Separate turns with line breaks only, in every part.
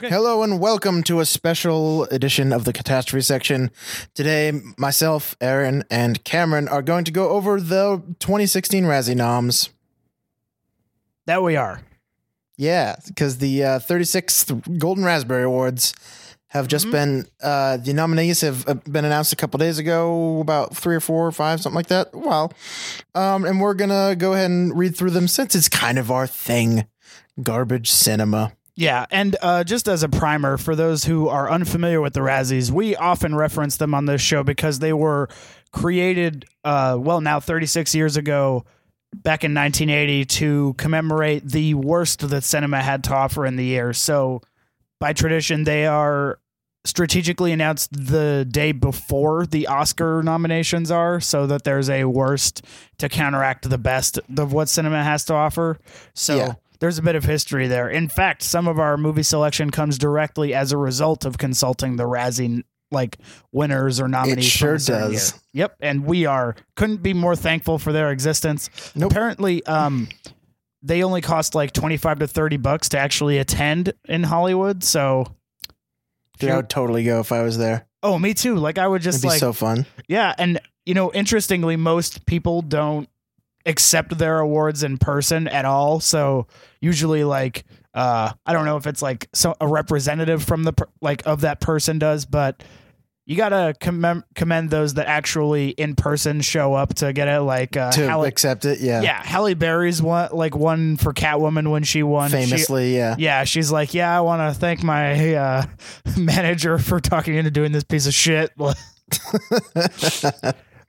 Hello and welcome to a special edition of the Catastrophe section. Today, myself, Aaron, and Cameron are going to go over the 2016 Razzie noms.
That we are.
Yeah, because the uh, 36th Golden Raspberry Awards have
Mm-hmm.
just been, uh, the nominees have uh, been announced a couple days ago, about three or four or five, something like that. Wow. Um, and we're going to go ahead and read through them since it's kind of our thing garbage cinema.
Yeah, and uh, just as a primer for those who are unfamiliar with the Razzies, we often reference them on this show because they were created, uh, well, now 36 years ago, back in 1980, to commemorate the worst that cinema had to offer in the year. So, by tradition, they are strategically announced the day before the Oscar nominations are, so that there's a worst to counteract the best of what cinema has to offer. So
Yeah.
there's a bit of history there. In fact, some of our movie selection comes directly as a result of consulting the Razzie like winners or nominees. from
sure
a certain
does.
year. Yep, and we are couldn't be more thankful for their existence.
Nope.
Apparently, um, they only cost like twenty five to thirty bucks to actually attend in Hollywood. So
Dude, I would totally go if I was there.
Oh, me too. Like I would just
It'd be
like
so fun.
yeah, and you know, interestingly, most people don't accept their awards in person at all. So usually, like uh, I don't know if it's like so a representative from the per- like of that person does, but you gotta commend commend those that actually in person show up to get it. Like uh,
to
Halle-
accept it. Yeah.
yeah, Halle Berry's one like one for Catwoman when she won She-
Famously, yeah.
yeah, she's like, yeah, I want to thank my uh, manager for talking into doing this piece of shit.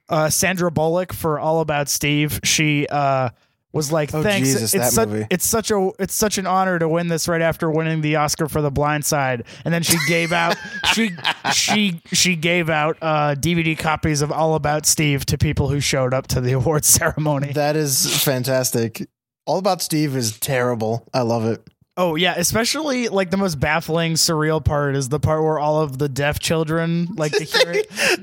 uh, Sandra Bullock for All About Steve. She uh, was like,
Oh,
thanks.
Jesus,
it's
that
such,
movie.
It's such a it's such an honor to win this right after winning the Oscar for The Blind Side. And then she gave out she she she gave out uh, DVD copies of All About Steve to people who showed up to the awards ceremony.
That is fantastic. All About Steve is terrible. I love it.
Oh yeah, especially like the most baffling, surreal part is the part where all of the deaf children like to hear it.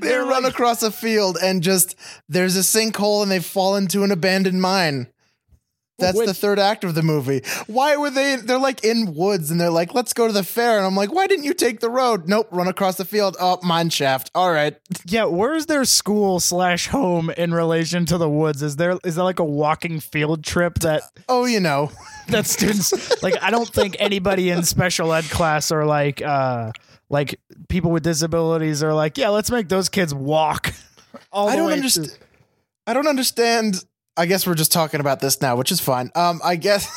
They run across a field and just there's a sinkhole and they fall into an abandoned mine. That's
Which-
the third act of the movie. Why were they? They're like in woods and they're like, let's go to the fair. And I'm like, why didn't you take the road? Nope, run across the field. Oh, mine shaft. All right.
Yeah, where's their school slash home in relation to the woods? Is there is there like a walking field trip that
Oh, you know.
that students like? I don't think anybody in special ed class or like uh like people with disabilities are like, yeah, let's make those kids walk. All
I
the
don't
way to-
understand. I don't understand. I guess we're just talking about this now, which is fine. Um, I guess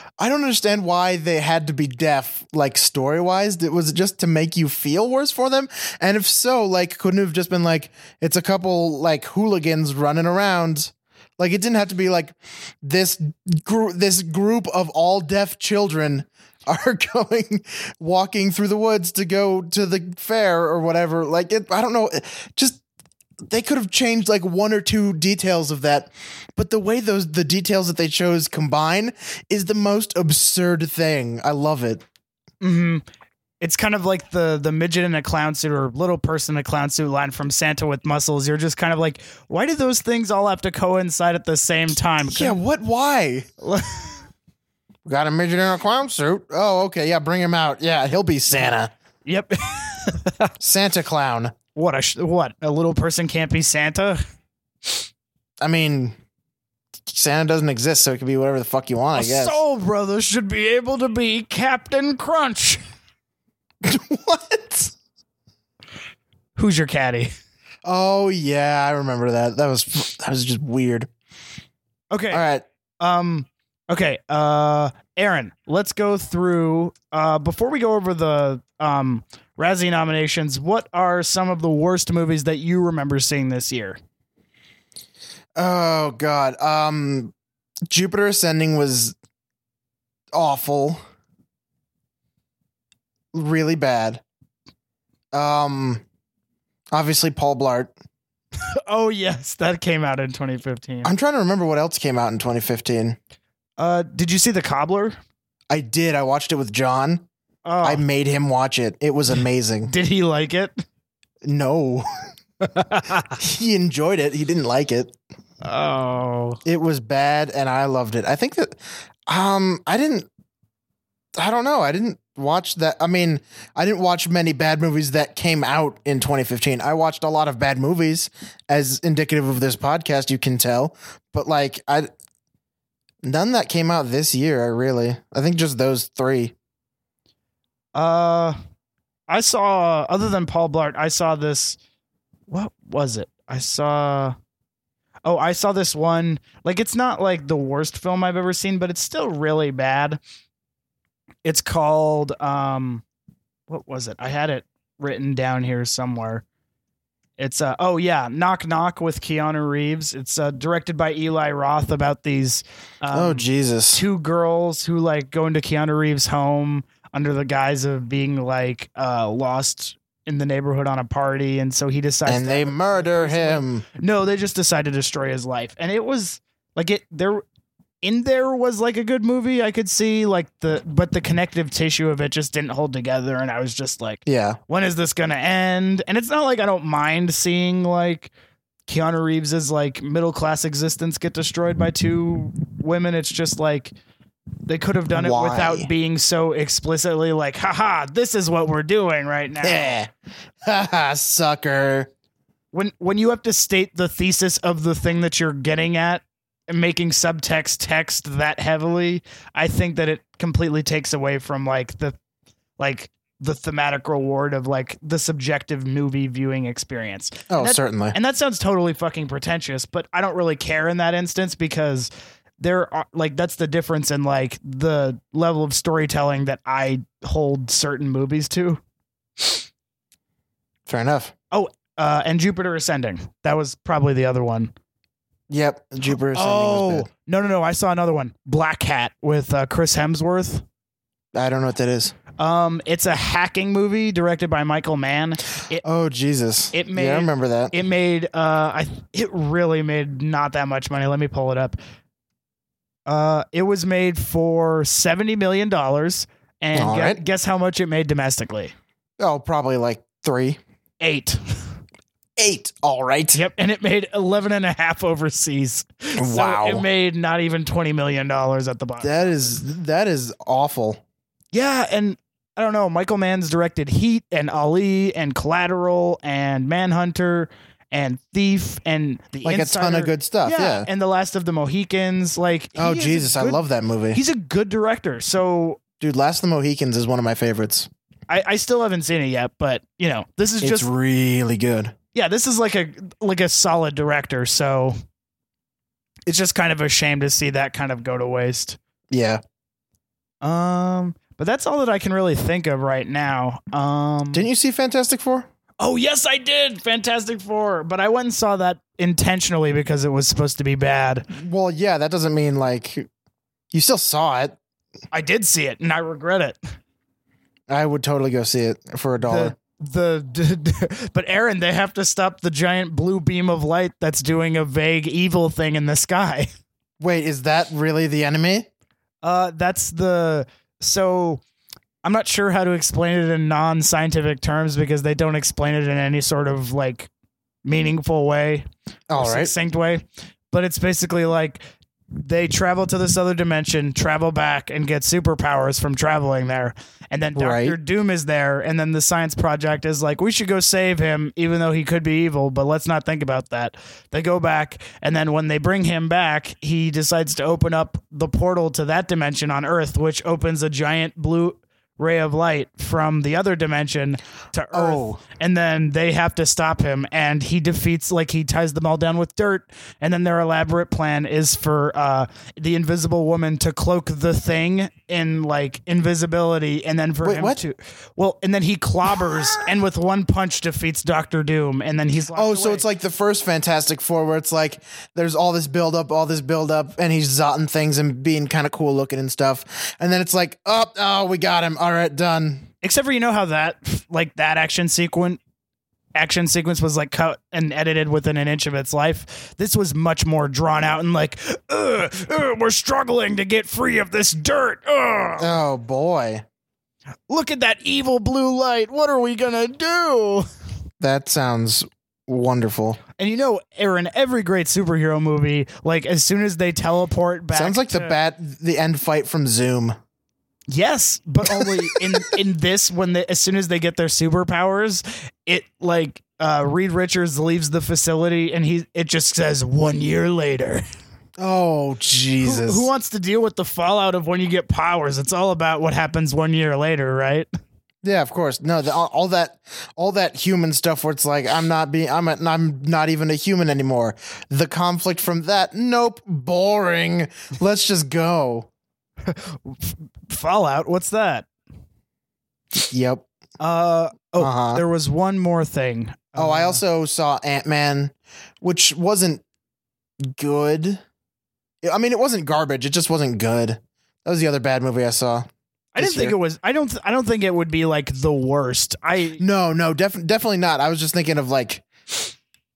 I don't understand why they had to be deaf, like story wise. It was just to make you feel worse for them. And if so, like, couldn't it have just been like it's a couple like hooligans running around. Like it didn't have to be like this group. This group of all deaf children are going walking through the woods to go to the fair or whatever. Like it, I don't know. Just they could have changed like one or two details of that, but the way those the details that they chose combine is the most absurd thing. I love it.
hmm It's kind of like the the midget in a clown suit or little person in a clown suit line from Santa with muscles. You're just kind of like, why do those things all have to coincide at the same time?
Yeah, what? Why? Got a midget in a clown suit. Oh, okay. Yeah, bring him out. Yeah, he'll be Santa.
yep.
Santa clown.
what a sh- what a little person can't be Santa.
I mean, Santa doesn't exist, so it could be whatever the fuck you want. I guess.
Soul brother should be able to be Captain Crunch.
what?
Who's your caddy?
Oh yeah, I remember that. That was that was just weird.
Okay.
All right.
Um okay, uh Aaron, let's go through uh before we go over the um Razzie nominations, what are some of the worst movies that you remember seeing this year?
Oh god. Um Jupiter Ascending was awful. Really bad. Um obviously Paul Blart.
Oh yes, that came out in 2015.
I'm trying to remember what else came out in 2015.
Uh did you see The Cobbler?
I did. I watched it with John.
Oh,
I made him watch it. It was amazing.
did he like it?
no. he enjoyed it. He didn't like it.
oh.
It was bad and I loved it. I think that um I didn't I don't know. I didn't watched that. I mean, I didn't watch many bad movies that came out in 2015. I watched a lot of bad movies, as indicative of this podcast, you can tell. But like, I none that came out this year. I really, I think just those three.
Uh, I saw other than Paul Blart, I saw this. What was it? I saw. Oh, I saw this one. Like it's not like the worst film I've ever seen, but it's still really bad. It's called um, what was it? I had it written down here somewhere. It's uh oh yeah, Knock Knock with Keanu Reeves. It's uh, directed by Eli Roth about these um,
oh Jesus!
two girls who like go into Keanu Reeves' home under the guise of being like uh, lost in the neighborhood on a party, and so he decides.
and
to-
they murder him.
no, they just decide to destroy his life, and it was like it there. In there was like a good movie I could see, like the but the connective tissue of it just didn't hold together, and I was just like,
Yeah,
when is this gonna end? And it's not like I don't mind seeing like Keanu Reeves's like middle class existence get destroyed by two women. It's just like they could have done it
Why?
without being so explicitly like, haha, this is what we're doing right now.
yeah, haha, sucker.
When when you have to state the thesis of the thing that you're getting at and making subtext text that heavily, I think that it completely takes away from like the like the thematic reward of like the subjective movie viewing experience.
Oh,
That-
certainly.
And that sounds totally fucking pretentious, but I don't really care in that instance because there are like that's the difference in like the level of storytelling that I hold certain movies to.
Fair enough.
Uh, and Jupiter Ascending. That was probably the other one.
Yep, Jupiter Ascending was
Oh, no, no, no! I saw another one, Black Hat with uh, Chris Hemsworth.
bad. I don't know what that is.
Um, it's a hacking movie directed by Michael Mann.
Oh Jesus!
It
yeah,
made-
I remember that.
It made uh I it really made not that much money. Let me pull it up. Uh it was made for 70 million dollars and
All
gue-
right.
guess how much it made domestically?
oh, probably like three,
8.
eight. All right.
yep, and it made 11 and a half overseas. So
Wow.
it made not even 20 million dollars at the box.
That is that is awful.
Yeah, and I don't know. Michael Mann's directed Heat and Ali and Collateral and Manhunter and Thief and the
Like a ton
Insider.
of good stuff. Yeah.
and the last of the Mohicans. Like, he
Oh
is a
Jesus, I
good-
love that movie.
He's a good director, so
Dude, Last of the Mohicans is one of my favorites.
I, I still haven't seen it yet. But you know, this is
It's
just
really good.
yeah, this is like a like a solid director. So it's just kind of a shame to see that kind of go to waste.
Yeah.
Um, but that's all that I can really think of right now. Um,
Didn't you see Fantastic Four?
Oh yes, I did. Fantastic Four, but I went and saw that intentionally because it was supposed to be bad.
Well, yeah, that doesn't mean like you still saw it.
I did see it, and I regret it.
I would totally go see it for a dollar.
The, the, but Aaron, they have to stop the giant blue beam of light that's doing a vague evil thing in the sky.
Wait, is that really the enemy?
Uh, that's the so. I'm not sure how to explain it in non-scientific terms because they don't explain it in any sort of like meaningful way.
All
or
right.
succinct way. But it's basically like they travel to this other dimension, travel back, and get superpowers from traveling there. And then Doctor
Right.
Doom is there, and then the science project is like, we should go save him, even though he could be evil, but let's not think about that. They go back, and then when they bring him back, he decides to open up the portal to that dimension on Earth, which opens a giant blue ray of light from the other dimension to Earth
Oh.
and then they have to stop him and he defeats like he ties them all down with dirt and then their elaborate plan is for uh the invisible woman to cloak the thing in like invisibility and then for
Wait,
him
what?
to well and then he clobbers and with one punch defeats Doctor Doom and then he's locked
Oh, so
away.
it's like the first Fantastic Four, where it's like there's all this build up, all this build up, and he's zotting things and being kind of cool looking and stuff, and then it's like, oh, oh, we got him. All right, done.
except for you know how that like that action sequence action sequence was like cut and edited within an inch of its life this was much more drawn out and like ugh, ugh, we're struggling to get free of this dirt ugh.
Oh boy,
look at that evil blue light what are we gonna do
that sounds wonderful.
and you know aaron every great superhero movie like as soon as they teleport back
sounds like the
to-
bat, the end fight from Zoom.
Yes, but only in in this when they, as soon as they get their superpowers, it like uh Reed Richards leaves the facility and he it just says one year later.
Oh
Who,
Jesus!
who wants to deal with the fallout of when you get powers? It's all about what happens one year later, right?
yeah, of course. No, the, all, all that, all that human stuff where it's like I'm not being, I'm, a, I'm not even a human anymore. The conflict from that, nope, boring. Let's just go.
Fallout, what's that?
Yep.
Uh oh,
Uh-huh.
there was one more thing.
Oh, I
Uh,
also saw Ant Man, which wasn't good. I mean, it wasn't garbage. It just wasn't good. That was the other bad movie I saw.
Uh, I didn't
this
think
year.
it was I don't I don't think it would be like the worst. I
No, no, def- definitely not. I was just thinking of like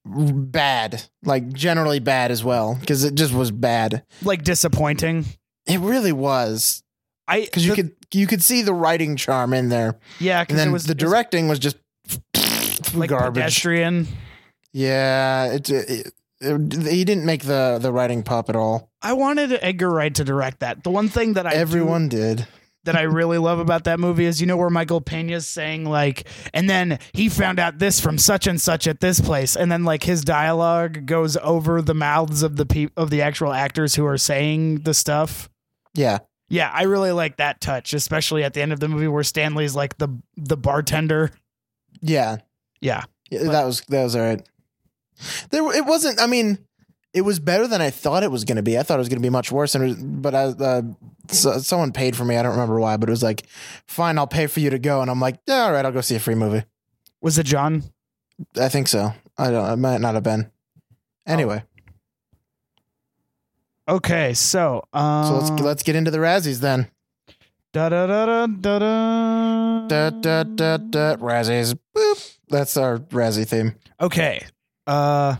bad, like generally bad as well, because it just was bad.
like disappointing.
It really was
I
because you
the-
could you could see the writing charm in there,
yeah,
and
because
then
it was
the
it was,
directing was just
like
garbage.
pedestrian.
Yeah, it, it, it- he didn't make the the writing pop at all.
I wanted Edgar Wright to direct that. The one thing that I do-
Everyone did.
that I really love about that movie is you know where Michael Pena's saying like, and then he found out this from such and such at this place, and then like his dialogue goes over the mouths of the peop of the actual actors who are saying the stuff.
Yeah.
Yeah, I really like that touch, especially at the end of the movie where Stanley's like the the bartender.
Yeah.
Yeah,
Yeah, that was that was all right. There, it wasn't. I mean, it was better than I thought it was going to be. I thought it was going to be much worse. And it was, but I, uh, so, someone paid for me. I don't remember why, but it was like, fine, I'll pay for you to go. And I'm like, yeah, all right, I'll go see a free movie.
was it John?
I think so. I don't. It might not have been. Anyway,
Okay, so um,
so let's let's get into the Razzies then.
da da da da da da
Da, da, da, da, Razzies. Boop. That's our Razzie theme.
Okay. Uh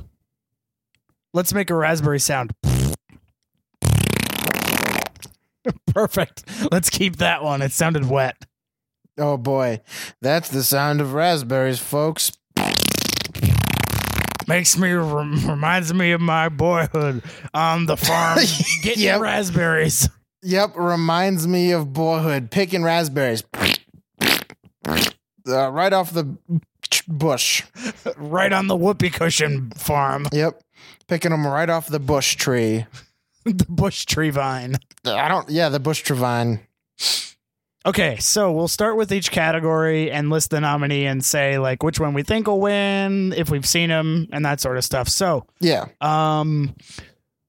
let's make a raspberry sound. Perfect. Let's keep that one. It sounded wet.
Oh boy, that's the sound of raspberries, folks.
Makes me rem- reminds me of my boyhood on the farm getting
Yep.
raspberries.
Yep, reminds me of boyhood picking raspberries. Uh, right off the bush.
Right on the whoopee cushion farm,
Yep. Picking them right off the bush tree. Uh,
the bush tree vine.
I don't, yeah, the bush tree vine.
Okay, so we'll start with each category and list the nominee and say like which one we think will win, if we've seen him, and that sort of stuff. So,
Yeah.
Um,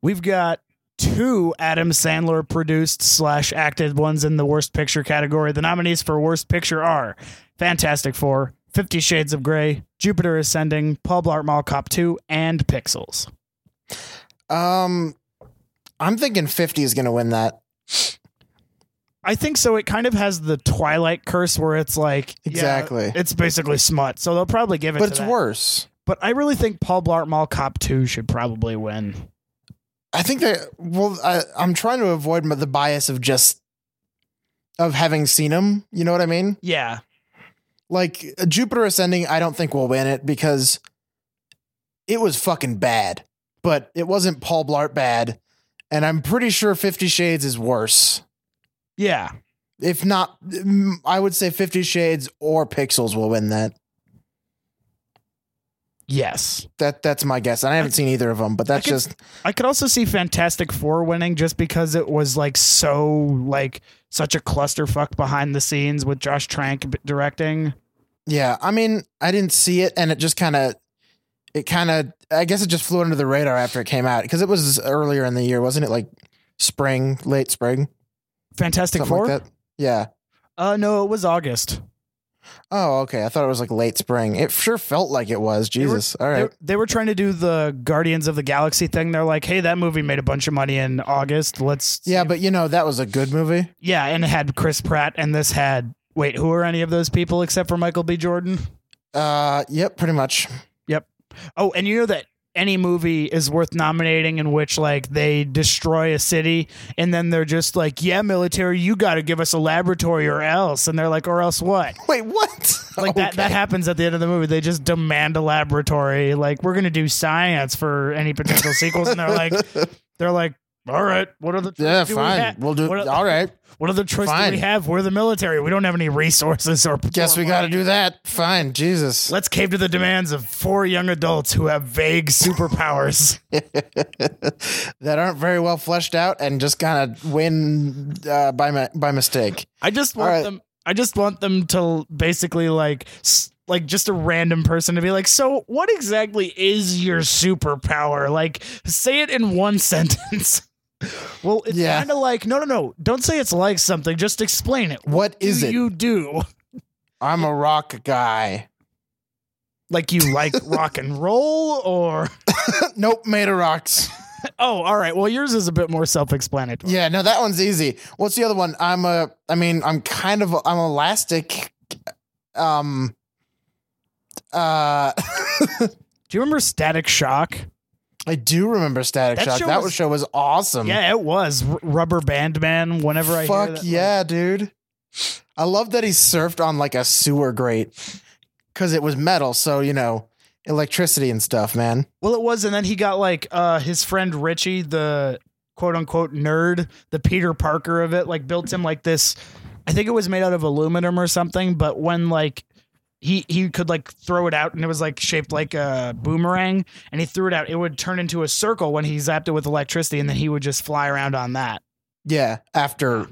we've got two Adam Sandler produced slash acted ones in the worst picture category. The nominees for worst picture are Fantastic Four, Fifty Shades of Grey, Jupiter Ascending, Paul Blart Mall Cop 2, and Pixels.
Um, I'm thinking 50 is going to win that.
I think so. It kind of has the Twilight curse where it's like yeah,
Exactly.
it's basically smut. So they'll probably give it.
but
to
it's
that.
worse.
But I really think Paul Blart Mall Cop 2 should probably win.
I think that, well, I, I'm trying to avoid the bias of just, of having seen them. You know what I mean?
Yeah,
Like uh, Jupiter Ascending, I don't think will win it because it was fucking bad, but it wasn't Paul Blart bad, and I'm pretty sure Fifty Shades is worse.
yeah.
If not, mm, I would say Fifty Shades or Pixels will win that.
Yes.
That that's my guess, and I haven't seen either of them, but that's
could-
just
I could also see Fantastic Four winning just because it was like so like such a clusterfuck behind the scenes with Josh Trank b- directing.
yeah. I mean, I didn't see it, and it just kind of, it kind of, I guess it just flew under the radar after it came out because it was earlier in the year, wasn't it? Like spring, late spring,
Fantastic
something
Four?
like that. Yeah.
Uh no, it was August.
Oh, okay. I thought it was like late spring. It sure felt like it was.
were-
Jesus. All right.
They, they were trying to do the Guardians of the Galaxy thing. They're like, "Hey, that movie made a bunch of money in August. Let's
yeah, but you know, that was a good movie.
yeah." And it had Chris Pratt, and this had wait, who are any of those people except for Michael B. Jordan?
Uh, yep, pretty much.
Oh, and you know that any movie is worth nominating in which like they destroy a city and then they're just like, "Yeah, military, you got to give us a laboratory or else." And they're like, "Or else what?"
Wait, what?
Like that that happens at the end of the movie. They just demand a laboratory. Like, "We're going to do science for any potential sequels." And they're like they're like all right, what are the choices
Yeah,
do we
fine.
ha-
We'll do.
What are,
all right.
what other choice do
Fine.
we have? We're the military. We don't have any resources or.
Guess
or
we got to
money.
do that. Fine. Jesus.
Let's cave to the demands of four young adults who have vague superpowers.
that aren't very well fleshed out and just kind of win uh, by mi- by mistake.
I just want
All right.
them. I just want them to basically like, s- like just a random person to be like, so what exactly is your superpower? Like, say it in one sentence. well, it's
Yeah.
kind of like, no, no, no. Don't say it's like something. Just explain it.
What
What
is
do
it?
you do?
I'm a rock guy.
Like you like rock and roll or
nope, made of rocks.
oh, all right. Well, yours is a bit more self-explanatory.
Yeah, no, that one's easy. What's the other one? I'm a. I mean, I'm kind of. I'm elastic. Um. Uh,
Do you remember Static Shock?
I do remember Static
That
Shock.
show
that
was-
show was awesome.
Yeah, it was R- Rubber Band Man. Whenever I hear
Um, Fuck
that, like,
yeah, dude. I love that he surfed on like a sewer grate because it was metal. So, you know, electricity and stuff, man.
Well, it was, and then he got like uh, his friend Richie, the quote unquote nerd, the Peter Parker of it, like built him like this. I think it was made out of aluminum or something, but when like he he could like throw it out and it was like shaped like a boomerang, and he threw it out, it would turn into a circle when he zapped it with electricity, and then he would just fly around on that.
Yeah. After,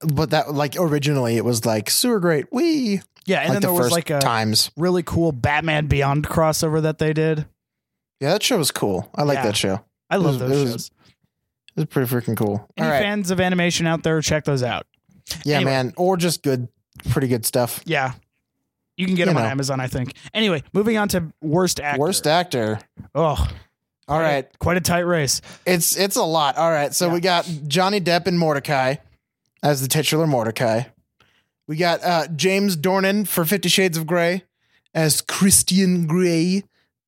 but that like originally it was like sewer grate, wee.
Yeah, and
like
then
the
there was
first
like a
times.
really cool Batman Beyond crossover that they did.
Yeah, that show was cool. I like
Yeah.
that show. It
I love
was- it
those
was-
shows.
was pretty freaking cool.
Any
All right.
fans of animation out there, check those out.
yeah,
anyway.
man. Or just good, pretty good stuff.
Yeah. You can get
You
them on
know.
Amazon, I think. Anyway, moving on to worst actor.
Worst actor.
Oh,
All right.
quite a tight race.
It's it's a lot. All right, so
Yeah.
we got Johnny Depp and Mordecai as the titular Mordecai. We got uh, James Dornan for Fifty Shades of Grey as Christian Grey.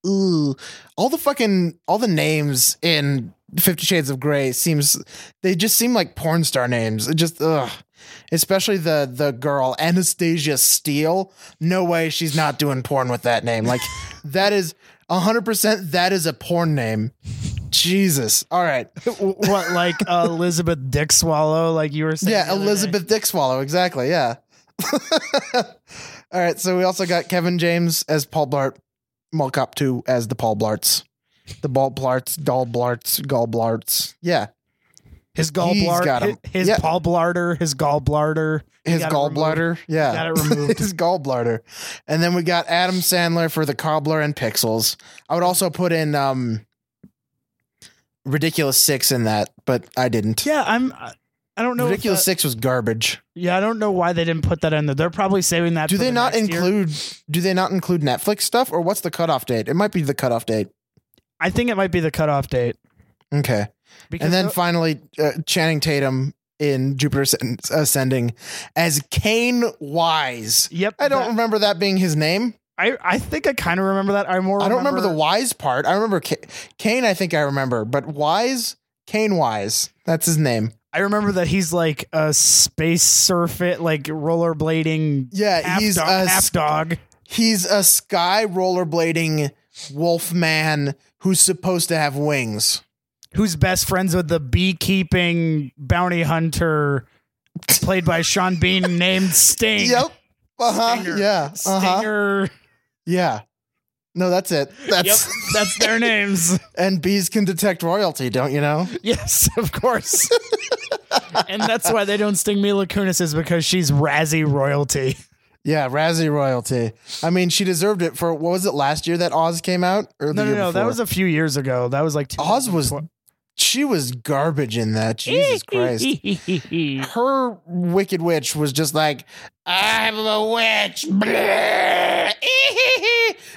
Ooh, all the fucking all the names in Fifty Shades of Grey seems they just seem like porn star names. It just ugh. Especially the the girl Anastasia Steele. No way she's not doing porn with that name. Like that is hundred percent. That is a porn name. Jesus. All right.
what, like uh, Elizabeth Dick Swallow, like you were saying? the
Yeah,
other day?
Elizabeth Dick Swallow. Exactly. Yeah. All right. So we also got Kevin James as Paul Blart, Mulcop 2 as the Paul Blarts, the Ball Blarts, Doll Blarts, Gall Blarts. Yeah.
His
He's got
gallbladder.
'em.
His, his
Yeah.
Paul Blarder, his gallbladder. You
His
got it removed.
gallbladder. Yeah.
Got it removed.
His gallbladder. And then we got Adam Sandler for the cobbler and pixels. I would also put in um Ridiculous Six in that, but I didn't.
Yeah, I'm. I I don't know. if
Ridiculous
that-
Six was garbage.
yeah, I don't know why they didn't put that in there. They're probably saving that.
do
for
they
the
not
next year.
include do they not include netflix stuff or what's the cutoff date it might be the cutoff date
I think it might be the cutoff date.
okay
Because
and then
the-
finally uh, channing tatum in jupiter Ascend- ascending as kane wise
yep.
i don't
that-
remember that being his name
I, I think I kind of remember that. I more.
i don't remember the wise part i remember Ca kane i think i remember but wise kane wise that's his name
I remember that he's like a space surfit, like rollerblading.
yeah
Half
he's
dog,
a
half dog.
he's a sky rollerblading wolf man who's supposed to have wings
who's best friends with the beekeeping bounty hunter played by Sean Bean named Sting.
yep uh-huh
Stinger.
yeah uh-huh
Stinger.
Yeah. No, that's it. That's
Yep, that's their names.
and bees can detect royalty, don't you know?
Yes, of course. and that's why they don't sting Mila Kunis is because she's Razzie royalty.
Yeah, Razzie royalty. I mean, she deserved it for what was it last year that Oz came out? Or
No, no, no. That was a few years ago. That was like
Oz was she was garbage in that. Jesus Christ. Her wicked witch was just like, I'm a witch. Blah.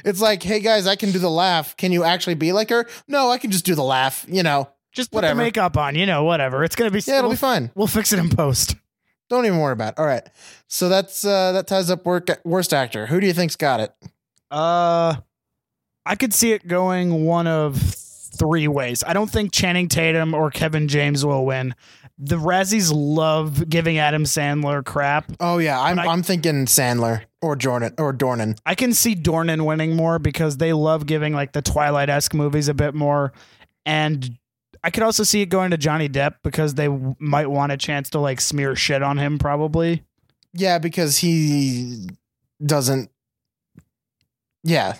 It's like, hey guys, I can do the laugh. Can you actually be like her? No, I can just do the laugh. You know,
Just put
Whatever.
the makeup on, you know, whatever. It's gonna be.
yeah, it'll
we'll,
be fine.
we'll fix it in post.
Don't even worry about it. All right. So that's uh, that ties up work, worst actor. Who do you think's got it?
Uh, I could see it going one of three ways. I don't think Channing Tatum or Kevin James will win. The Razzies love giving Adam Sandler crap.
Oh yeah, I'm
But I-
I, am thinking Sandler or Jordan or Dornan.
I can see Dornan winning more because they love giving like the Twilight esque movies a bit more. And I could also see it going to Johnny Depp because they w- might want a chance to like smear shit on him, probably.
Yeah, because he doesn't. Yeah,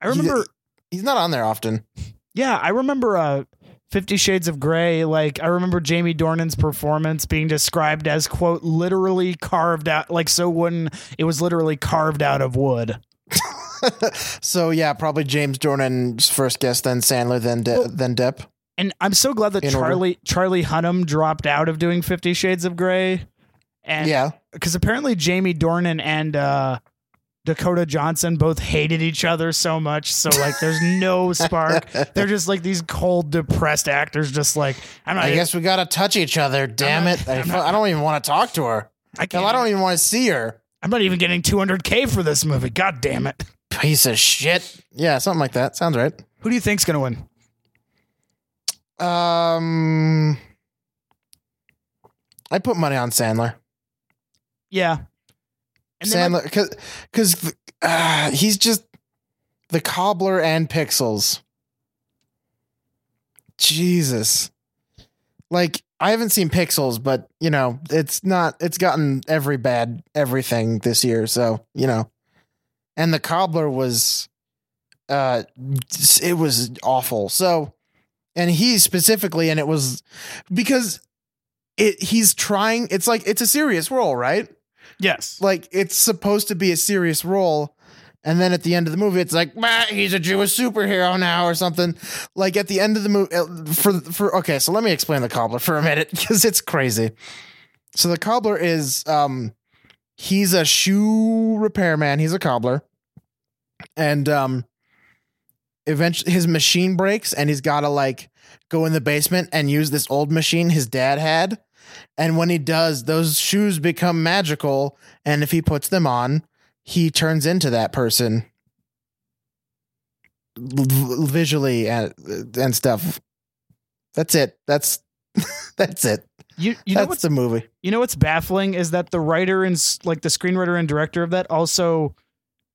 I
He-
remember,
he's not on there often.
yeah, I remember uh, Fifty Shades of Grey. Like, I remember Jamie Dornan's performance being described as, quote, literally carved out, like so wooden. It was literally carved out of wood.
so yeah, probably James Jordan's first guess, then Sandler, then De-
Well-
then Depp.
And I'm so glad that
In order.
Charlie Charlie Hunnam dropped out of doing Fifty Shades of Grey. And
yeah,
because apparently Jamie Dornan and uh, Dakota Johnson both hated each other so much. So like, there's no spark. They're just like these cold, depressed actors. Just like I'm not.
I guess we gotta touch each other. Damn
not-
it! I,
I'm
fu-
not-
I don't even want to talk to her.
I
Hell,
can't.
I don't even want to see her.
I'm not even getting 200k for this movie. God damn it.
Piece of shit. Yeah, something like that. Sounds right.
Who do you think's gonna win?
Um, I put money on Sandler.
Yeah. they
Sandler,
might-
because because uh, he's just the cobbler and pixels. Jesus, like I haven't seen Pixels, but you know it's not. It's gotten every bad everything this year, so you know. And the cobbler was, uh, it was awful. So, and he specifically, and it was because it he's trying. It's like it's a serious role, right?
yes.
like it's supposed to be a serious role and then at the end of the movie it's like "Bah, he's a jewish superhero now or something like at the end of the movie for for okay so let me explain the cobbler for a minute because it's crazy so the cobbler is um he's a shoe repairman he's a cobbler and um eventually his machine breaks and he's gotta like go in the basement and use this old machine his dad had and when he does those shoes become magical and if he puts them on he turns into that person v- visually and, and stuff that's it that's that's it
You you know
that's
what's
the movie
You know what's baffling is that the writer and s- like the screenwriter and director of that also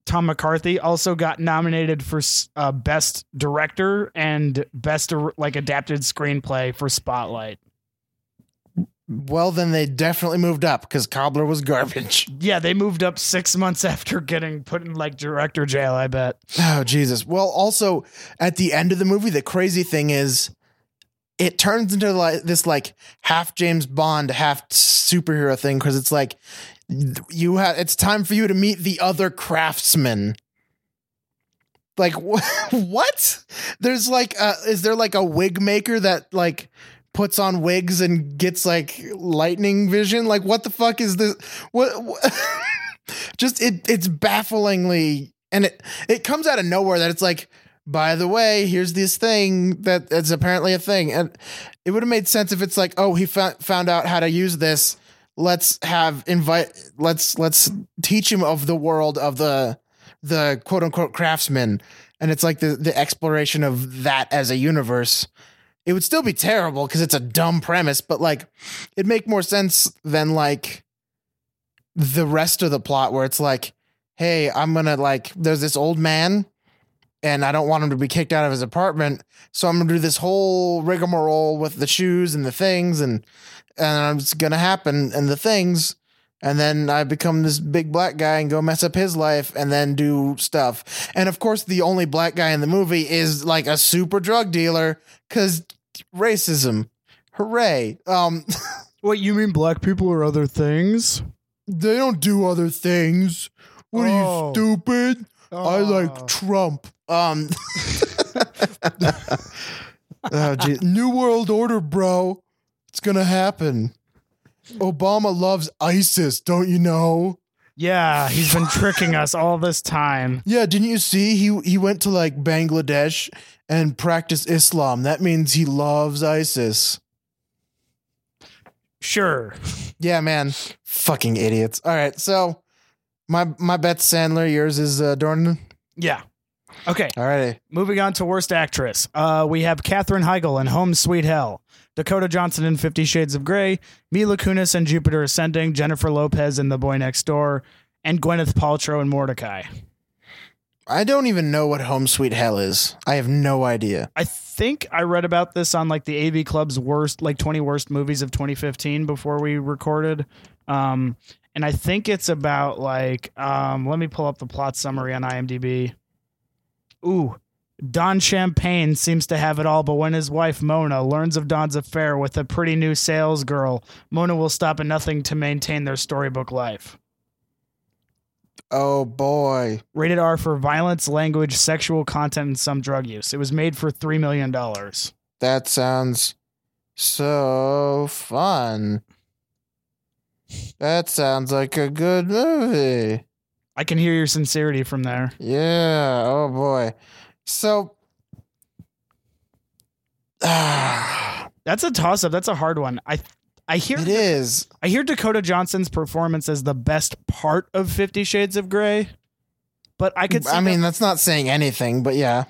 Tom McCarthy also got nominated for s- uh, best director and best Dir- like adapted screenplay for Spotlight. Mm-hmm.
well then they definitely moved up because cobbler was garbage
Yeah, they moved up six months after getting put in like director jail. I bet.
Oh Jesus! Well, also at the end of the movie, the crazy thing is, it turns into like this like half James Bond, half superhero thing because it's like you have it's time for you to meet the other craftsman. Like wh- what? There's like a, is there like a wig maker that like puts on wigs and gets like lightning vision? Like what the fuck is this? What? what just it it's bafflingly and it it comes out of nowhere that it's like by the way here's this thing that is apparently a thing and it would have made sense if it's like oh he found found out how to use this let's have invite let's let's teach him of the world of the the quote unquote craftsman and it's like the the exploration of that as a universe it would still be terrible because it's a dumb premise but like it'd make more sense than like the rest of the plot where it's like, hey, I'm gonna like, there's this old man, and I don't want him to be kicked out of his apartment, so I'm gonna do this whole rigmarole with the shoes and the things, and and it's gonna happen and the things, and then I become this big black guy and go mess up his life and then do stuff, and of course the only black guy in the movie is like a super drug dealer because racism, hooray, um.
What you mean, black people or other things?
They don't do other things. What
Oh.
are you stupid? I like Trump. Um. oh, geez. New World Order, bro. It's gonna happen. Obama loves ISIS, don't you know?
yeah, he's been tricking us all this time.
Yeah, didn't you see? He he went to like Bangladesh and practiced Islam. That means he loves ISIS.
Sure.
Yeah, man. Fucking idiots. All right, so my my bet's Sandler. Yours is uh, Dornan.
Yeah. Okay.
All righty.
Moving on to Worst Actress, uh, we have Katherine Heigl in Home Sweet Hell, Dakota Johnson in Fifty Shades of Grey, Mila Kunis in Jupiter Ascending, Jennifer Lopez in The Boy Next Door, and Gwyneth Paltrow in Mordecai.
I don't even know what Home Sweet Hell is. I have no idea.
I think I read about this on like the AV Club's worst, like 20 worst movies of 2015 before we recorded. Um, and I think it's about like, um, let me pull up the plot summary on IMDb. Ooh, Don Champagne seems to have it all, but when his wife Mona learns of Don's affair with a pretty new sales girl, Mona will stop at nothing to maintain their storybook life.
Oh boy.
Rated R for violence, language, sexual content, and some drug use. It was made for $3 million.
That sounds so fun. That sounds like a good movie.
I can hear your sincerity from there.
Yeah. Oh boy. So ah,
That's a toss up. That's a hard one. I I hear
it is.
I hear Dakota Johnson's performance as the best part of 50 Shades of Grey. But I could see
I
that-
mean, that's not saying anything, but yeah.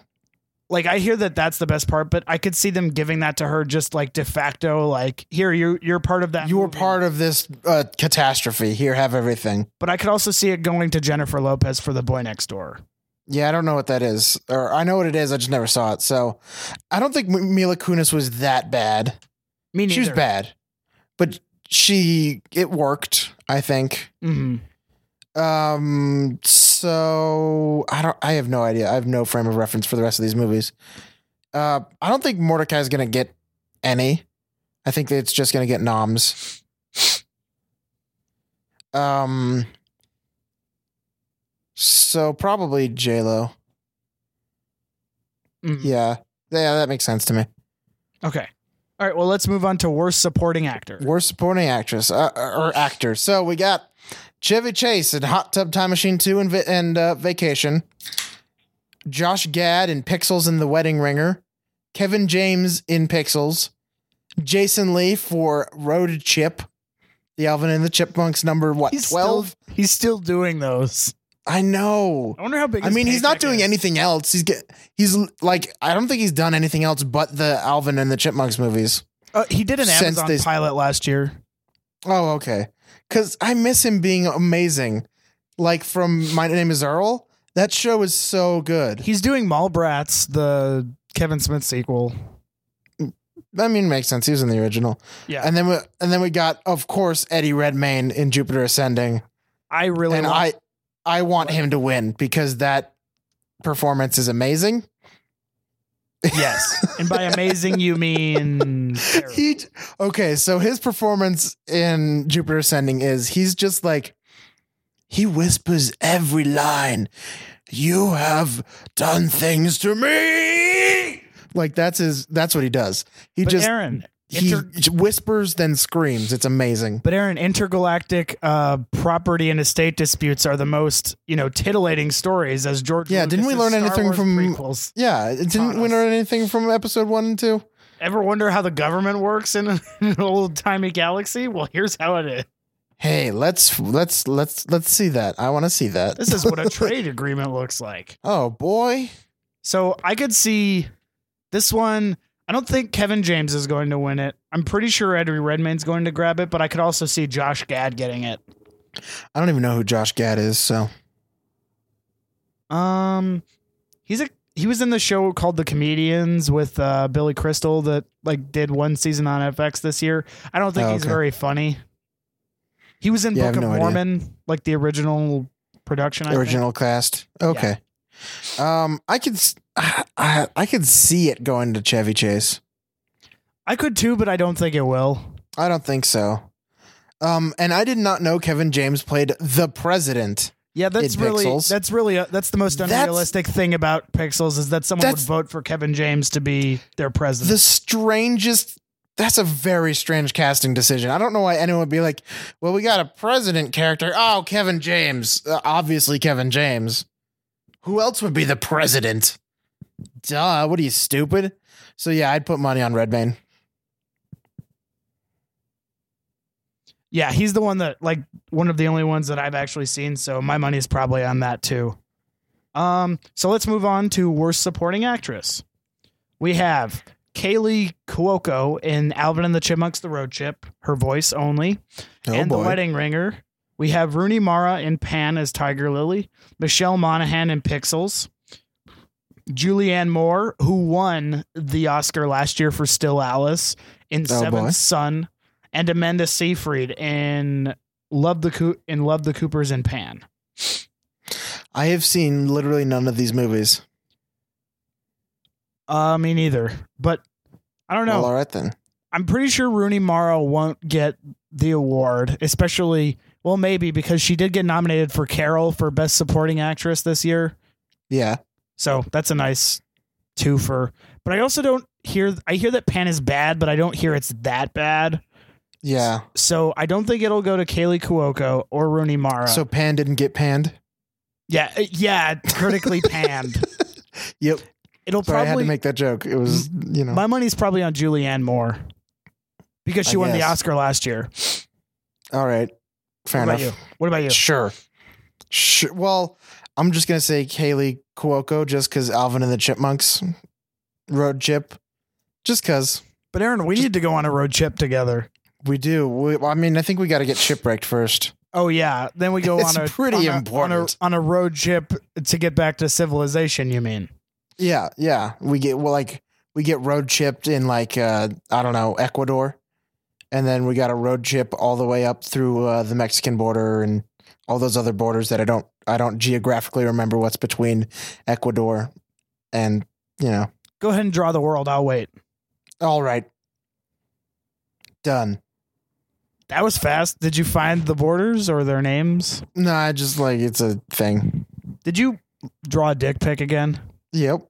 like I hear that that's the best part, but I could see them giving that to her just like de facto like here you you're part of that
You were
movie.
part of this uh, catastrophe. Here, have everything.
But I could also see it going to Jennifer Lopez for The Boy Next Door.
Yeah, I don't know what that is, or I know what it is. I just never saw it. So, I don't think M- Mila Kunis was that bad.
Me neither.
She was bad, but she it worked. I think.
Mhm.
Um. So I don't. I have no idea. I have no frame of reference for the rest of these movies. Uh, I don't think Mordecai is gonna get any. I think it's just gonna get noms. Um. So probably J Lo.
Mhm.
Yeah. Yeah, that makes sense to me.
Okay. All right. Well, let's move on to worst supporting actor.
Worst supporting actress uh, or actor. So we got Chevy Chase in Hot Tub Time Machine 2 and, va- and uh, Vacation. Josh Gad in Pixels and The Wedding Ringer. Kevin James in Pixels. Jason Lee for Road Chip. The Alvin and the Chipmunks number what?
He's
12?
Still, he's still doing those.
I know.
I wonder how big.
I
his
mean, he's not
paycheck
doing
is.
anything else. He's get, he's l- like I don't think he's done anything else but the Alvin and the Chipmunks movies.
Uh, he did an
since
Amazon
they-
pilot last year.
Oh, okay. Because I miss him being amazing. Like from My Name Is Earl, that show is so good.
He's doing Mallbrats, the Kevin Smith sequel.
I mean, makes sense. He was in the original.
Yeah.
And then we and then we got, of course, Eddie Redmayne in Jupiter Ascending,
I really
and
want-
I I want him to win because that performance is amazing.
yes. And by amazing, you mean terrible.
He okay, so his performance in Jupiter Ascending is he's just like he whispers every line. You have done things to me. Like that's his. That's what he does. He
but
just
Aaron.
he
inter-
whispers then screams. It's amazing.
But Aaron, intergalactic uh, property and estate disputes are the most, you know, titillating stories. As George,
Yeah, didn't we learn
Lucas's Star
anything
Wars
from-
prequels?
Yeah, it didn't
Promise.
win anything from episode one and two.
Ever wonder how the government works in an old timey galaxy? Well, here's how it is.
Hey, let's let's let's let's see that. I want to see that.
This is what a trade agreement looks like.
Oh boy.
So I could see this one. I don't think Kevin James is going to win it. I'm pretty sure Eddie Redmayne's going to grab it, but I could also see Josh Gad getting it.
I don't even know who Josh Gad is. So
Um, he's a he was in the show called The Comedians with uh, Billy Crystal that like did one season on FX this year. I don't think
Oh,
he's
okay.
very funny. He was in
Yeah, I
Book
have
of
no idea.
Mormon, like the original production. I think.
original cast. Okay. Um, I could s- I, I I could see it going to Chevy Chase.
I could too, but I don't think it will.
I don't think so. Um, and I did not know Kevin James played the president.
Yeah, that's
It
really
pixels.
that's really uh that's the most
That's-
unrealistic thing about Pixels is that someone would
That's-
vote for Kevin James to be their president.
The strangest. That's a very strange casting decision. I don't know why anyone would be like, "Well, we got a president character. Oh, Kevin James. Uh, obviously, Kevin James. Who else would be the president? Duh. What are you stupid? So yeah, I'd put money on Redmayne.
yeah, he's the one that like one of the only ones that I've actually seen, so my money is probably on that too. Um, so let's move on to worst supporting actress. We have Kaylee Cuoco in Alvin and the Chipmunks: The Road Trip, her voice only,
Oh
and
boy.
The Wedding Ringer. We have Rooney Mara in Pan as Tiger Lily, Michelle Monaghan in Pixels, Julianne Moore, who won the Oscar last year for Still Alice in
Oh,
Seventh
boy.
Son, and Amanda Seyfried in Love the Coo- in Love the Coopers in Pan.
I have seen literally none of these movies.
Uh, me neither. But I don't know.
Well, uh, all right then.
I'm pretty sure Rooney Mara won't get the award, especially well, maybe because she did get nominated for Carol for Best Supporting Actress this year.
Yeah.
So that's a nice twofer. But I also don't hear I hear that Pan is bad, but I don't hear it's that bad.
Yeah.
So I don't think it'll go to Kaylee Cuoco or Rooney Mara.
So Pan didn't get panned.
yeah, uh, yeah, critically panned.
Yep.
It'll
Sorry, I had
probably
to make that joke. It was, you know.
my money's probably on Julianne Moore because she
I
won the
guess.
Oscar last year.
all right. Fair
what
enough.
about you? What about you?
Sure. Sure. Well, I'm just gonna say Kaylee Cuoco just because Alvin and the Chipmunks road chip. Just because
But Aaron, we need to go on a road trip together.
we do. We, I mean, I think we got to get shipwrecked first.
Oh yeah, then we go
It's
on a
pretty
on a-
important.
on a, on a road trip to get back to civilization. You mean?
Yeah, yeah. We get well, like we get road chipped in like uh, I don't know Ecuador, and then we got a road chip all the way up through uh, the Mexican border and all those other borders that I don't I don't geographically remember what's between Ecuador and you know.
Go ahead and draw the world. I'll wait.
All right, done.
That was fast. Did you find the borders or their names?
No, I just like it's a thing.
Did you draw a dick pic again?
Yep,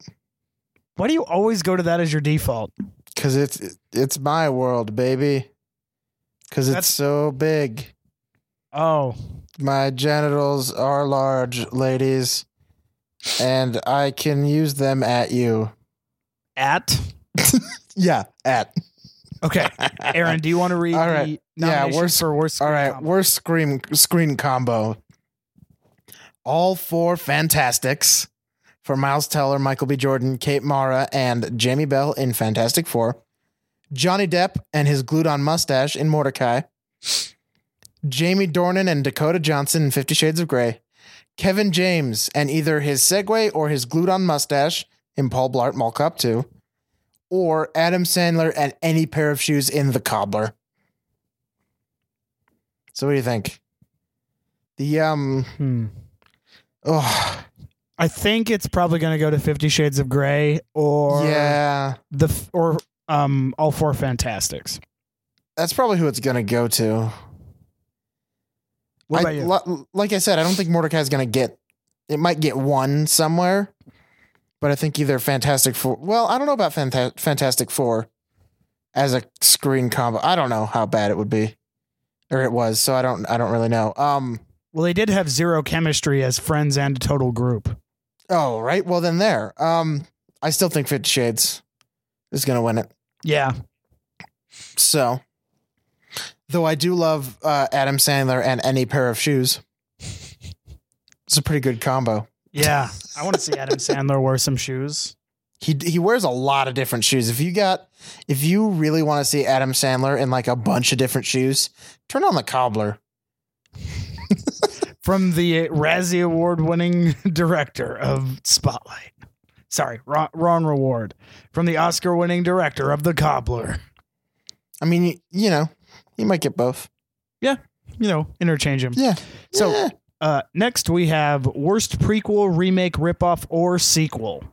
Why do you always go to that as your default?
because it's it's my world, baby. Because it's
That's-
so big.
Oh,
My genitals are large, ladies, and I can use them at you.
at
Yeah, at.
okay. Aaron, do you want to read?
All
the
right. Yeah,
nominations
worst-
for worst.
All
screen
right,
combo?
worst screen screen combo. All four fantastics for Miles Teller, Michael B. Jordan, Kate Mara, and Jamie Bell in Fantastic Four. Johnny Depp and his glued-on mustache in Mordecai. Jamie Dornan and Dakota Johnson in Fifty Shades of Grey. Kevin James and either his Segway or his glued-on mustache in Paul Blart Mall Cop 2. Or Adam Sandler and any pair of shoes in The Cobbler. So what do you think? The um
Hmm.
oh
I think it's probably going to go to Fifty Shades of Grey or
yeah.
the f- or um all four Fantastics.
That's probably who it's gonna go to.
What
I-
about you?
li- like I said, I don't think Mordecai's gonna get it might get one somewhere. But I think either Fantastic Four well, I don't know about Fanta- Fantastic Four as a screen combo. I don't know how bad it would be. Or it was, so I don't I don't really know. Um
Well, they did have zero chemistry as friends and a total group.
oh right, well then there. Um I still think Fifty Shades is gonna win it.
Yeah.
So, though I do love uh, Adam Sandler and any pair of shoes, it's a pretty good combo.
Yeah. I want to see Adam Sandler wear some shoes.
He he wears a lot of different shoes. If you got, if you really want to see Adam Sandler in like a bunch of different shoes, turn on the cobbler.
From the Razzie Award winning director of Spotlight. Sorry, wrong, wrong reward. From the Oscar winning director of The Cobbler.
I mean, you, you know, you might get both.
You know, interchange them.
Yeah.
So-
Yeah.
Uh, next, we have worst prequel, remake, ripoff, or sequel.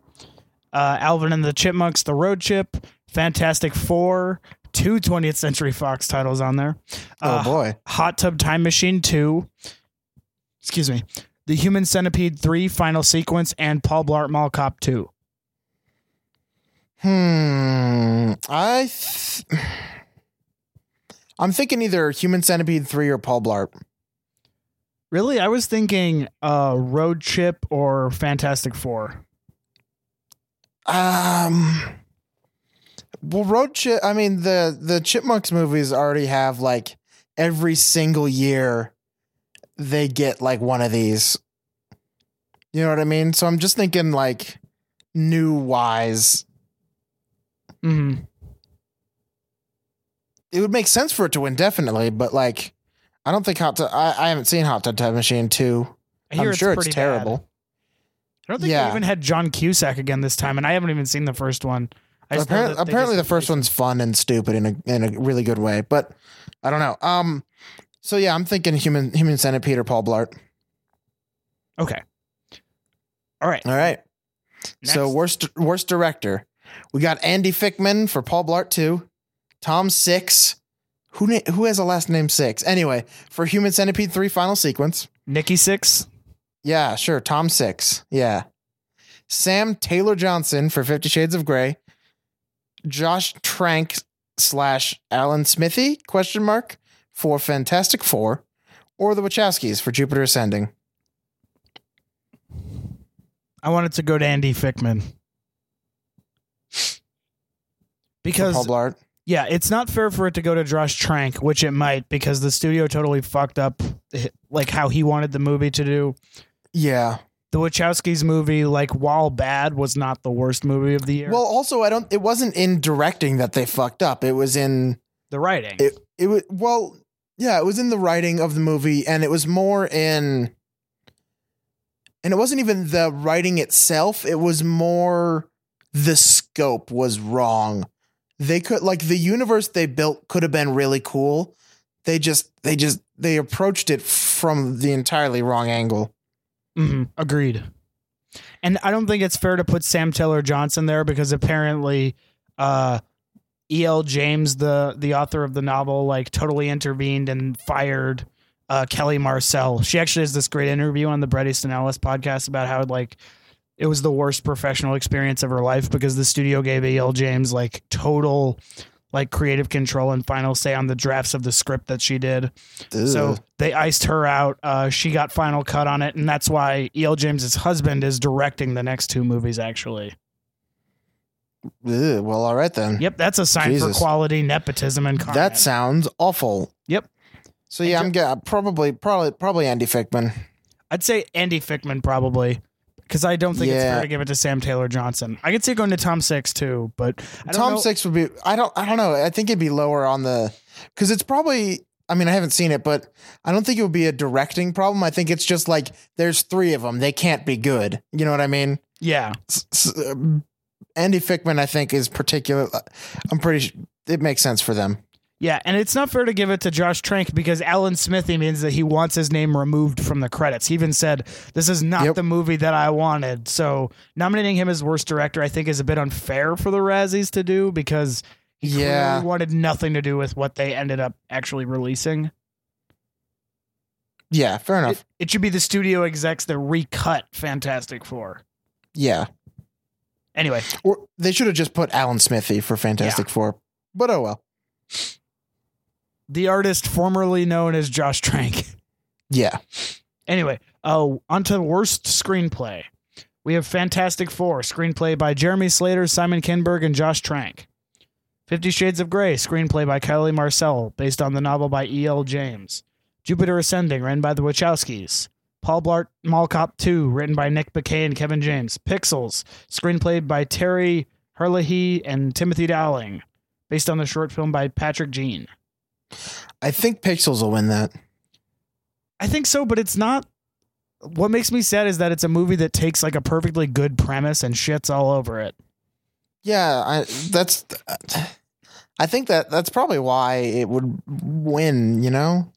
Uh, Alvin and the Chipmunks, The Road Chip, Fantastic Four, two 20th Century Fox titles on there.
oh
Uh,
boy.
Hot Tub Time Machine 2. Excuse me. The Human Centipede 3 Final Sequence and Paul Blart Mall Cop 2.
Hmm. I. Th- I'm thinking either Human Centipede three or Paul Blart.
Really? I was thinking uh Road Trip or Fantastic 4.
Um. Well, road chip. I mean the the Chipmunks movies already have like every single year they get like one of these. You know what I mean? So I'm just thinking like new wise.
hmm Mm-hmm.
It would make sense for it to win definitely, but like I don't think Hot Tub. I, I haven't seen Hot Tub Time Machine two.
I hear
I'm sure it's
pretty
terrible.
bad. I don't think
Yeah.
they even had John Cusack again this time, and I haven't even seen the first one. I just know
Apparently,
that they
apparently the
just-
first one's fun and stupid in a in a really good way, but I don't know. Um, so yeah, I'm thinking human human centipede or Paul Blart.
Okay. All right.
All right. So
next.
worst worst director, we got Andy Fickman for Paul Blart Two, Tom Six, who na- who has a last name Six anyway for Human Centipede Three Final Sequence.
Nikki Six.
Yeah, sure, Tom Six. Yeah, Sam Taylor Johnson for Fifty Shades of Grey, Josh Trank slash Alan Smithy question mark for Fantastic Four, or the Wachowskis for Jupiter Ascending.
I wanted to go to Andy Fickman.
For
Because
Paul Blart.
Yeah, it's not fair for it to go to Josh Trank, which it might, because the studio totally fucked up like how he wanted the movie to do.
Yeah.
The Wachowskis movie, like while bad, was not the worst movie of the year.
Well, also, I don't. It wasn't in directing that they fucked up. It was in
the writing.
it it was well yeah it was in the writing of the movie and it was more in and it wasn't even the writing itself it was more the scope was wrong they could like the universe they built could have been really cool they just they just they approached it from the entirely wrong angle
Mhm, Agreed. And I don't think it's fair to put Sam Taylor Johnson there because apparently, uh, E.L. James, the the author of the novel, like totally intervened and fired uh, Kelly Marcel. She actually has this great interview on the Bret Easton Ellis podcast about how like it was the worst professional experience of her life because the studio gave E.L. James like total like creative control and final say on the drafts of the script that she did. So
Ugh.
they iced her out. Uh, she got final cut on it, and that's why E.L. James's husband is directing the next two movies. Actually,
Ugh, well all right then
yep, that's a sign
Jesus.
for quality nepotism and con.
that sounds awful
Yep.
so yeah i'm gonna probably probably probably andy fickman
I'd say Andy Fickman probably because I don't think it's
Yeah.
fair to give it to Sam Taylor Johnson. I could see it going to Tom Six too, but I don't
Tom
know-
Six would be. I don't. I don't know. I think it'd be lower on the because it's probably. I mean, I haven't seen it, but I don't think it would be a directing problem. I think it's just like there's three of them. They can't be good. You know what I mean?
yeah,
S- s- um, Andy Fickman, I think, is particular. uh, I'm pretty. su- It makes sense for them.
yeah, and it's not fair to give it to Josh Trank because Alan Smithy means that he wants his name removed from the credits. He even said this is not
Yep.
the movie that I wanted. So nominating him as worst director, I think, is a bit unfair for the Razzies to do because he
Yeah.
clearly wanted nothing to do with what they ended up actually releasing.
Yeah, fair enough.
It, it should be the studio execs that recut Fantastic Four.
yeah,
Anyway,
or they should have just put Alan Smithy for Fantastic Four. But oh well.
the artist formerly known as Josh Trank.
Yeah.
Anyway, uh, on to worst screenplay. We have Fantastic Four, screenplay by Jeremy Slater, Simon Kinberg, and Josh Trank. Fifty Shades of Grey, screenplay by Kelly Marcel, based on the novel by E.L. James. Jupiter Ascending, written by the Wachowskis. Paul Blart Mall Cop 2, written by Nick Bakay and Kevin James. Pixels, screenplay by Terry Herlihy and Timothy Dowling, based on the short film by Patrick Jean.
I think Pixels will win that.
I think so, but it's not. What makes me sad is that it's a movie that takes like a perfectly good premise and shits all over it.
Yeah, I that's uh, I think that that's probably why it would win, you know?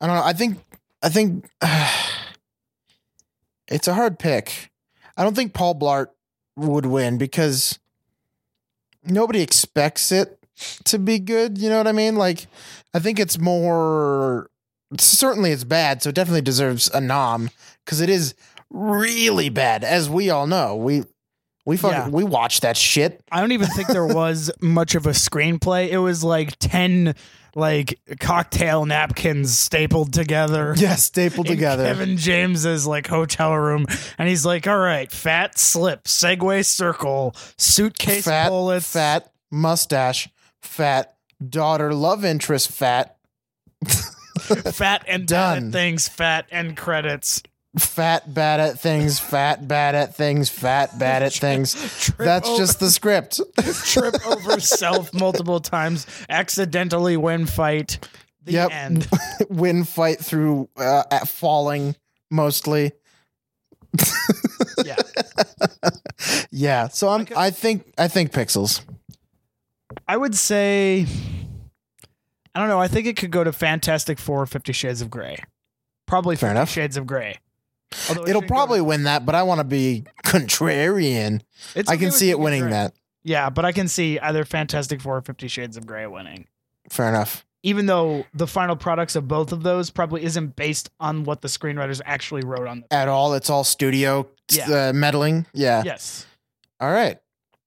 I don't know. I think I think it's a hard pick. I don't think Paul Blart would win because nobody expects it to be good, you know what I mean? Like I think it's more certainly it's bad, so it definitely deserves a nom cuz it is really bad as we all know. We we fucking
Yeah.
we watched that shit.
I don't even think there was much of a screenplay. It was like 10 like cocktail napkins stapled together.
Yeah, stapled
in
together.
Kevin James's like hotel room, and he's like, "All right, fat slip, Segway circle, suitcase
fat,
bullets,
fat mustache, fat daughter, love interest, fat,
fat and
Done.
bad at things, fat and credits."
fat bad at things, fat bad at things, fat bad at things.
Trip
That's
over-
just the script.
trip over self multiple times, accidentally win fight. The
Yep.
end.
Win fight through uh, at falling mostly.
Yeah.
Yeah. So I'm.
Okay.
I think. I think pixels.
I would say I don't know. I think it could go to Fantastic Four, Fifty Shades of Grey. Probably
Fair
Fifty
enough.
Shades of Grey. Although it
It'll
should go
probably
to-
win that, but I want to be contrarian.
It's
I
okay
can
with
see it
being
winning
correct.
that.
Yeah, but I can see either Fantastic Four or Fifty Shades of Grey winning.
Fair enough.
Even though the final products of both of those probably isn't based on what the screenwriters actually wrote on them.
At all, it's all studio
Yeah.
uh, meddling. Yeah.
Yes.
All right.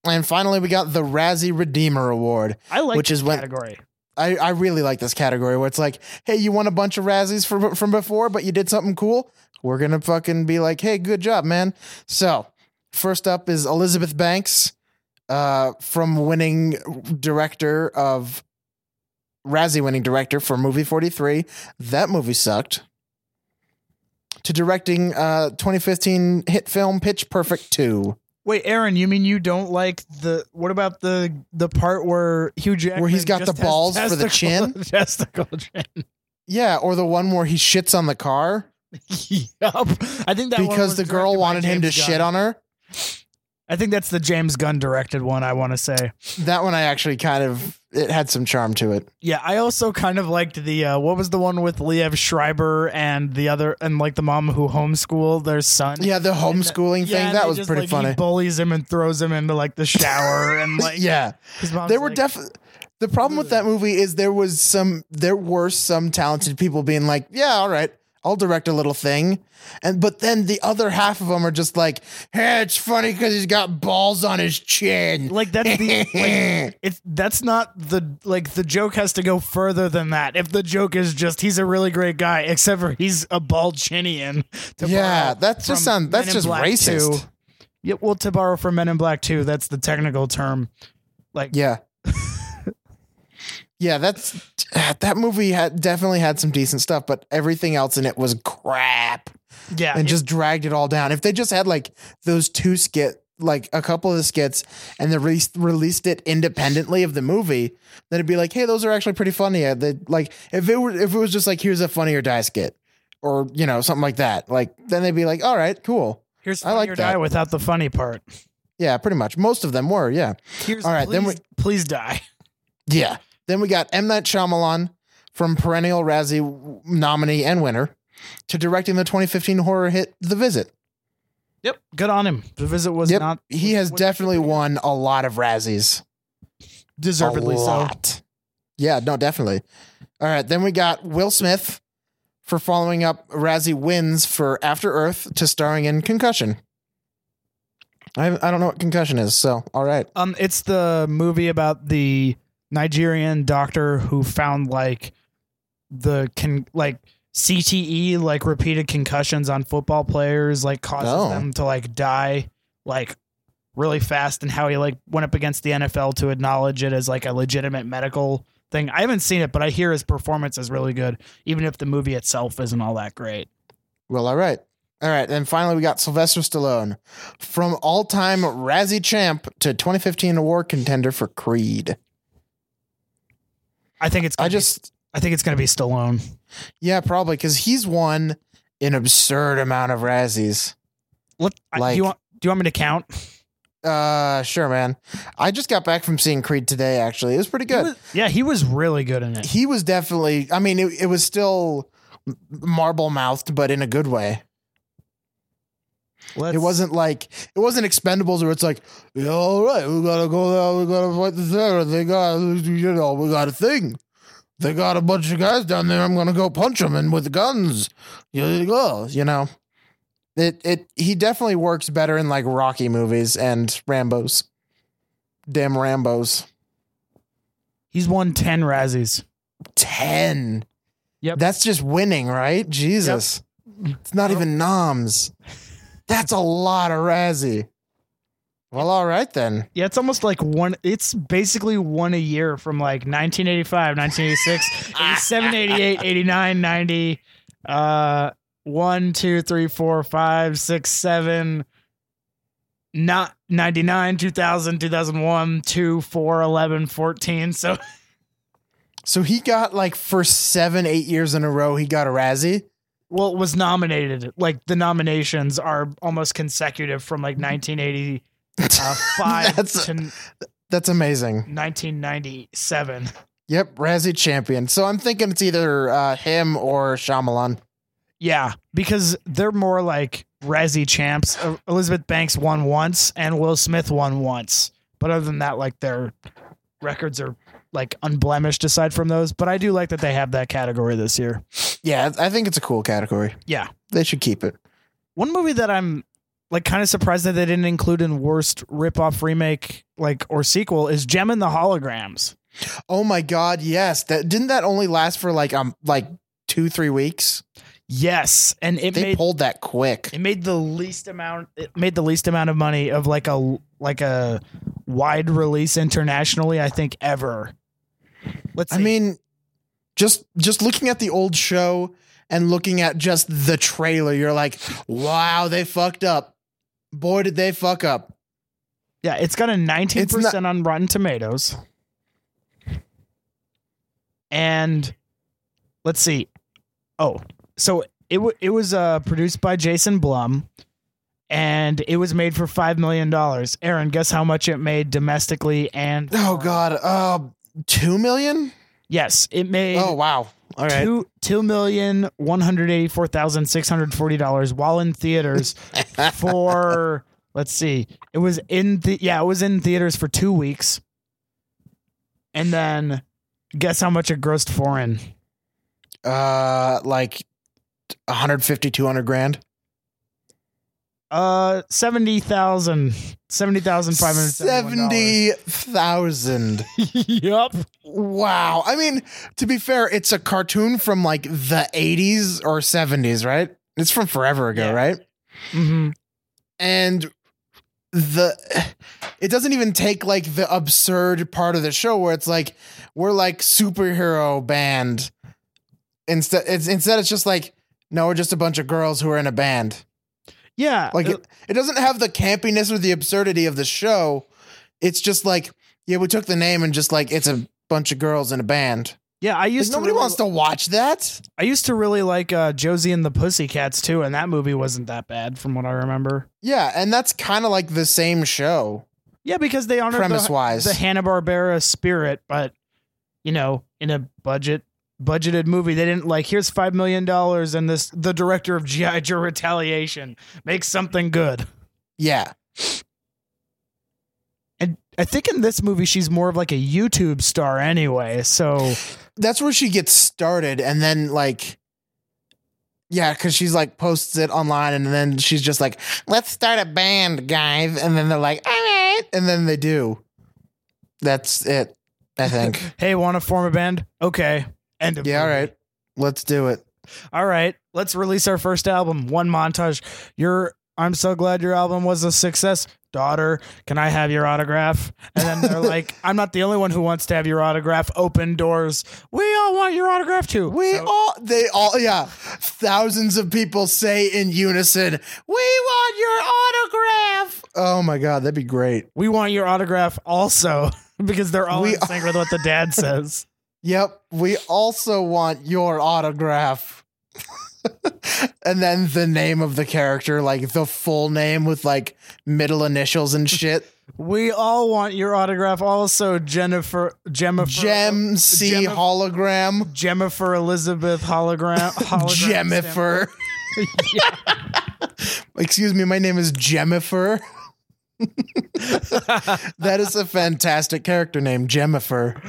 And finally, we got the Razzie Redeemer Award.
I like
Which
this
is when-
category.
I, I really like this category where it's like, hey, you won a bunch of Razzies from from before, but you did something cool. We're gonna fucking be like, hey, good job, man. So first up is Elizabeth Banks, uh, from winning director of Razzie winning director for movie forty three. That movie sucked. To directing uh 2015 hit film Pitch Perfect two,
Wait, Aaron, you mean you don't like the what about the the part where Hugh Jackman
Where he's got
just
the
has
balls for the
testicle- Testicle chin.
yeah, or the one where he shits on the car
yep. I think that one
because
was
the girl
directed by
wanted him to
James
shit
Gunn.
on her.
I think that's the James Gunn directed one. I want to say.
That one I actually kind of it had some charm to it.
Yeah, I also kind of liked the uh, what was the one with Liev Schreiber and the other and like the mom who homeschooled their son.
Yeah, the homeschooling
Yeah,
thing
and
that
they
was
just,
pretty
like, He
funny.
bullies him and throws him into like the shower and like
yeah,
His mom's
there were
like,
definitely the problem with that movie is there was some there were some talented people being like, yeah, all right. I'll direct a little thing, and but then the other half of them are just like, "Hey, it's funny because he's got balls on his chin."
like that's the like, it's that's not the like the joke has to go further than that. If the joke is just he's a really great guy, except for he's a bald chinian. to
yeah,
borrow
that's just
from
sound,
Men
that's
in
just
Black
racist.
2. Yeah, well, to borrow from Men in Black Two, that's the technical term. Like,
Yeah. yeah, that's that movie had definitely had some decent stuff, but everything else in it was crap
yeah,
and
it-
just dragged it all down. If they just had like those two skit like a couple of the skits and they re- released it independently of the movie, then it'd be like, "Hey, those are actually pretty funny." Uh, they- like if it were if it was just like, "Here's a funny or die skit." Or, you know, something like that. Like then they'd be like, "All right, cool."
here's
I
funny
like
or
that.
die without the funny part.
Yeah, pretty much. Most of them were, yeah.
Here's
All right,
please,
then
please die.
Yeah. Then we got M. Night Shyamalan from perennial Razzie nominee and winner to directing the 2015 horror hit The Visit.
Yep, good on him. The visit was
Yep.
not
He has
was-
definitely won a lot of Razzies.
deservedly
a
so.
lot. Yeah, no, definitely. All right. Then we got Will Smith for following up Razzie wins for After Earth to starring in Concussion. I, I don't know what concussion is, so all right.
Um, it's the movie about the Nigerian doctor who found like the con like CTE, like repeated concussions on football players, like causes
Oh.
them to like die like really fast, and how he like went up against the NFL to acknowledge it as like a legitimate medical thing. I haven't seen it, but I hear his performance is really good, even if the movie itself isn't all that great.
Well, all right. All right. And finally, we got Sylvester Stallone from all time Razzie champ to 2015 award contender for Creed.
I think it's gonna
I
be-
just,
I think it's gonna be Stallone.
yeah, probably because he's won an absurd amount of Razzies.
What I, do
Like-
you want? Do you want me to count?
Uh, sure, man. I just got back from seeing Creed today, actually. It was pretty good.
Yeah, he was really good in it.
He was definitely, I mean, it, it was still marble mouthed, but in a good way.
Let's-
It wasn't like it wasn't Expendables where it's like, "Yeah, all right, we gotta go there, we gotta fight the terror. They got you know, we got a thing. They got a bunch of guys down there. I'm gonna go punch them and with guns. Here you go. You know, it it he definitely works better in like Rocky movies and Rambo's. Damn Rambo's
He's won 10 Razzies.
ten.
Yep.
that's just winning, right? Jesus, it's not
Yep.
even noms. That's a lot of Razzie. Well, all right then.
Yeah, it's almost like one, it's basically one a year from like 1985, 1986, 87, 88, 89, 90, uh, 1, 2, 3, 4, 5, 6, 7, not 99, 2000, 2001, 2, 4, 11, 14. So
So he got like for seven, eight years in a row, he got a Razzie.
Well, it was nominated. Like the nominations are almost consecutive from like 1985
That's-
to
That's amazing.
1997.
Yep, Razzie champion. So I'm thinking it's either uh, him or Shyamalan.
Yeah, because they're more like Razzie champs. Uh, Elizabeth Banks won once, and Will Smith won once. But other than that, like their records are like unblemished aside from those. But I do like that they have that category this year.
Yeah, I think it's a cool category.
Yeah.
They should keep it.
One movie that I'm like kind of surprised that they didn't include in worst ripoff remake like or sequel is Gem and the Holograms.
Oh my god, yes. That didn't that only last for like um like two, three weeks?
Yes, and it
They
made
pulled that quick.
it made the least amount it made the least amount of money of like a like a wide release internationally i think ever let's
I
see.
mean, just just looking at the old show and looking at just the trailer, you're like, wow, they fucked up. Boy, did they fuck up.
yeah it's got a 19% on rotten tomatoes and let's see oh so it w- it was uh, produced by jason blum and it was made for five million dollars aaron guess how much it made domestically and
Oh god. Uh two million?
yes it made
Oh wow. All right.
Two two million one hundred eighty four thousand six hundred forty dollars while in theaters for let's see, it was in the yeah it was in theaters for two weeks, and then guess how much it grossed foreign?
Uh like 150, 200 grand.
Uh, seventy thousand, seventy thousand five hundred seventy.
Seventy thousand.
yup.
Wow. I mean, to be fair, it's a cartoon from like the 80s or 70s, right? It's from forever ago,
Yeah.
right?
Mm-hmm.
And the it doesn't even take like the absurd part of the show where it's like we're like superhero band. Instead it's instead it's just like no, we're just a bunch of girls who are in a band.
Yeah, uh,
Like it, it doesn't have the campiness or the absurdity of the show. It's just like yeah, we took the name and just like it's a bunch of girls in a band.
yeah. I
Like,
used
nobody
to really,
wants to watch that.
I used to really like uh, Josie and the Pussycats too, and that movie wasn't that bad from what I remember.
Yeah, and that's kind of like the same show,
Yeah, because they honored
premise
the,
wise.
the Hanna Barbera spirit, but you know, in a budget budgeted movie, they didn't like here's five million dollars and this the director of GI Joe Retaliation makes something good.
yeah,
And I think in this movie she's more of like a YouTube star anyway. So
that's where she gets started, and then like, yeah, because she's like posts it online, and then she's just like, "Let's start a band, guys," and then they're like, "All right," and then they do. That's it, I think.
hey, want to form a band? Okay. End of
yeah, all
movie.
right, let's do it.
All right, let's release our first album. One montage. Your I'm so glad your album was a success. Daughter, can I have your autograph? And then they're like, I'm not the only one who wants to have your autograph. Open doors. We all want your autograph too.
We
So-
all, they all, yeah. Thousands of people say in unison, "We want your autograph." Oh my god, that'd be great.
we want your autograph also because they're all
We-
in sync with what the dad says.
Yep, we also want your autograph. and then the name of the character, like the full name with like middle initials and shit.
We all want your autograph also, Jennifer Gemma
Gem C
Gemma-
hologram.
Jennifer Elizabeth hologram hologram stamp.
Jemifer. Excuse me, my name is Jemifer. that is a fantastic character name, Jemifer.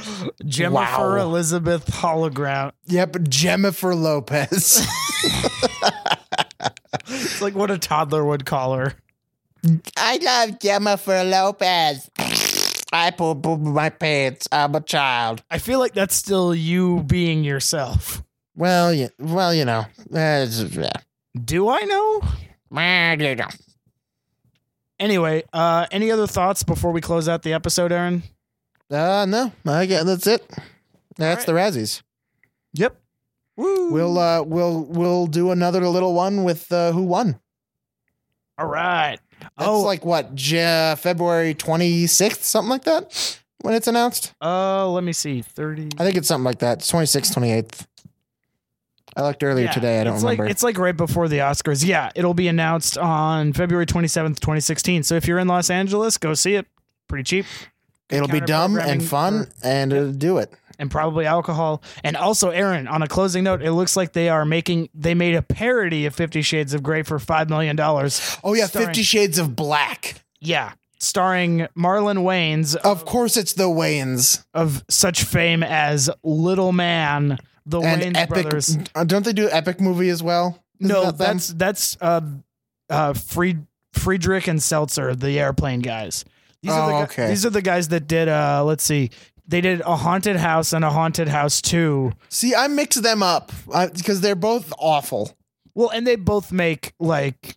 Jennifer
Wow.
Elizabeth hologram
Yep, Jemifer Lopez.
It's like what a toddler would call her.
I love Jennifer Lopez. I pull my pants. I'm a child.
I feel like that's still you being yourself.
Well, yeah, well, you know. eh, it's- yeah.
Do I know?
Well, you know.
Anyway, uh, any other thoughts before we close out the episode, Aaron?
Uh, no, I guess that's it. That's
right.
the Razzies.
Yep. Woo.
We'll uh, we'll we'll do another little one with uh, who won.
All right.
That's
oh,
like what J- February twenty sixth, something like that. when it's announced?
Uh, let me see. Thirty.
I think it's something like that. It's 26th, 28th. I looked earlier
Yeah,
today. I don't
it's
remember.
Like, it's like right before the Oscars. Yeah, it'll be announced on February 27th, 2016. So if you're in Los Angeles, go see it. Pretty cheap. Good
It'll be dumb and
counter-programming
fun,
for-
and it'll do it.
and probably alcohol. And also, Aaron, on a closing note, it looks like they are making, they made a parody of Fifty Shades of Grey for $5 million.
Oh yeah,
Starring-
Fifty Shades of Black.
Yeah. Starring Marlon Wayans
Of course, it's the Wayans
of such fame as Little Man, the
and
Wayans
Epic.
Brothers.
Uh, Don't they do Epic movie as well? Isn't
No,
that them?
that's that's uh, uh, Fried, Friedrich and Seltzer, the airplane guys. These are the
Oh,
gu-
okay.
These are the guys that did. Uh, let's see, they did a haunted house and a haunted house two.
see, I mixed them up because they're both awful
Well, and they both make like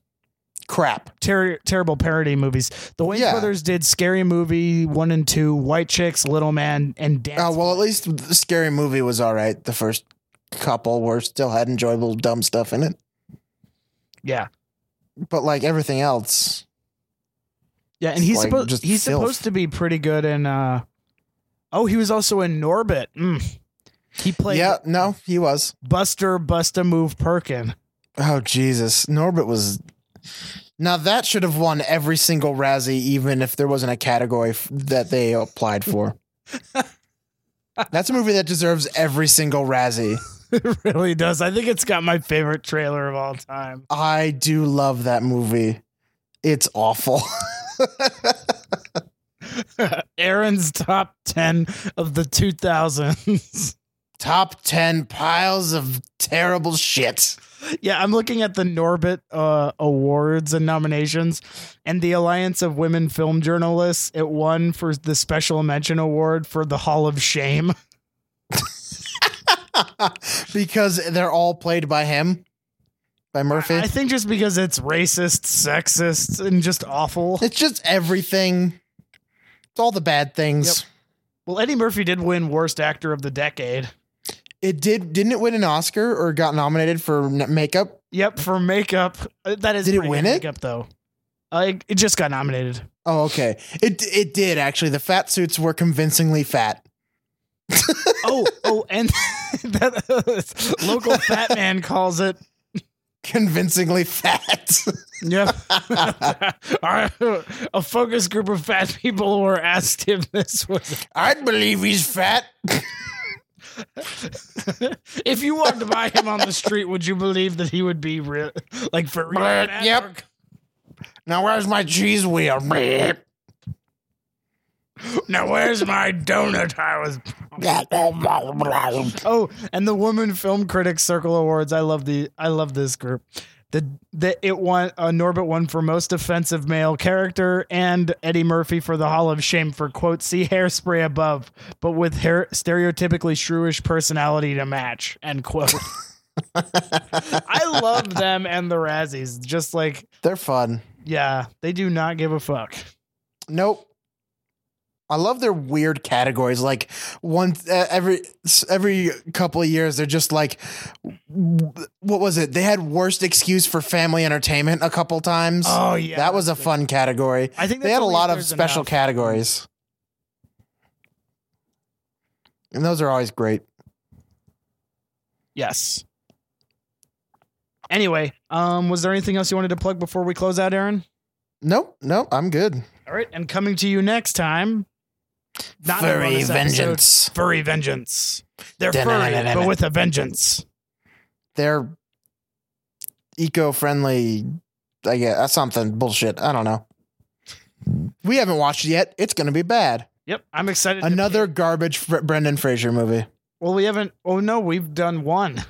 crap.
ter- terrible parody movies. The Wayans
Yeah.
brothers did Scary Movie one and two, White Chicks, Little Man, and Dance.
Oh well, at least the scary movie was all right. The first couple were still had enjoyable dumb stuff in it,
yeah,
but like everything else,
yeah. And he's
Like,
supposed
just
he's
filth.
supposed to be pretty good in. Uh, oh, he was also in Norbit. Mm. He played
yeah, no, he was.
Buster Busta Move Perkin.
Oh Jesus, Norbit was. Now that should have won every single Razzie, even if there wasn't a category f- that they applied for. That's a movie that deserves every single Razzie.
It really does. I think it's got my favorite trailer of all time.
I do love that movie. It's awful.
Aaron's top 10 of the 2000s.
Top ten piles of terrible shit.
yeah, I'm looking at the Norbit uh, awards and nominations and the Alliance of Women Film Journalists. It won for the special mention award for the Hall of Shame.
because they're all played by him, by Murphy.
I think just because it's racist, sexist, and just awful.
it's just everything. It's all the bad things.
Well, Eddie Murphy did win Worst Actor of the Decade.
It did. Didn't it win an Oscar or got nominated for n- makeup?
Yep, for makeup. Uh, That is
Did it
pretty good
win it?
Makeup though. Uh, it- it just got nominated.
Oh, okay. It it did actually. The fat suits were convincingly fat.
oh, oh, and that local fat man calls it.
Convincingly fat.
Yeah, Our- a focus group of fat people were asked if this was.
I'd believe he's fat.
if you walked by him on the street, would you believe that he would be real, like for real?
Bleh,
fat
yep.
or-
Now where's my cheese wheel?
Now where's my donut? I was. Oh, and the Woman Film Critics Circle Awards. I love the. I love this group. The, the it won uh, Norbit won for most offensive male character and Eddie Murphy for the Hall of Shame for quote see hairspray above, but with hair stereotypically shrewish personality to match end quote. I love them and the Razzies. Just like
They're fun.
yeah, they do not give a fuck.
Nope. I love their weird categories. Like one uh, every every couple of years, they're just like, what was it? They had worst excuse for family entertainment a couple times.
Oh yeah,
that was a fun category.
I think
They
that's
had a
only
lot
if
of
there's
special
enough.
categories, and those are always great.
Yes. Anyway, um, was there anything else you wanted to plug before we close out, Aaron?
Nope, nope, I'm good.
All right, and coming to you next time. not a
Furry
bonus episode,
vengeance.
Furry vengeance. They're furry,
Da-na-na-na-na-na.
but with a vengeance.
They're eco-friendly. I guess uh, something bullshit. I don't know. We haven't watched it yet. It's gonna be bad.
Yep, I'm excited. to-
Another garbage Fr- Brendan Fraser movie.
well, we haven't. Oh no, we've done one.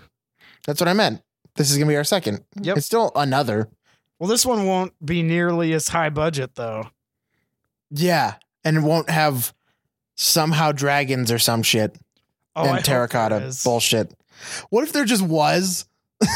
That's what I meant. This is gonna be our second.
Yep.
It's still another.
Well, this one won't be nearly as high budget though.
Yeah, and it won't have somehow dragons or some shit
Oh, I hope
and
there
terracotta
is.
bullshit. What if there just was?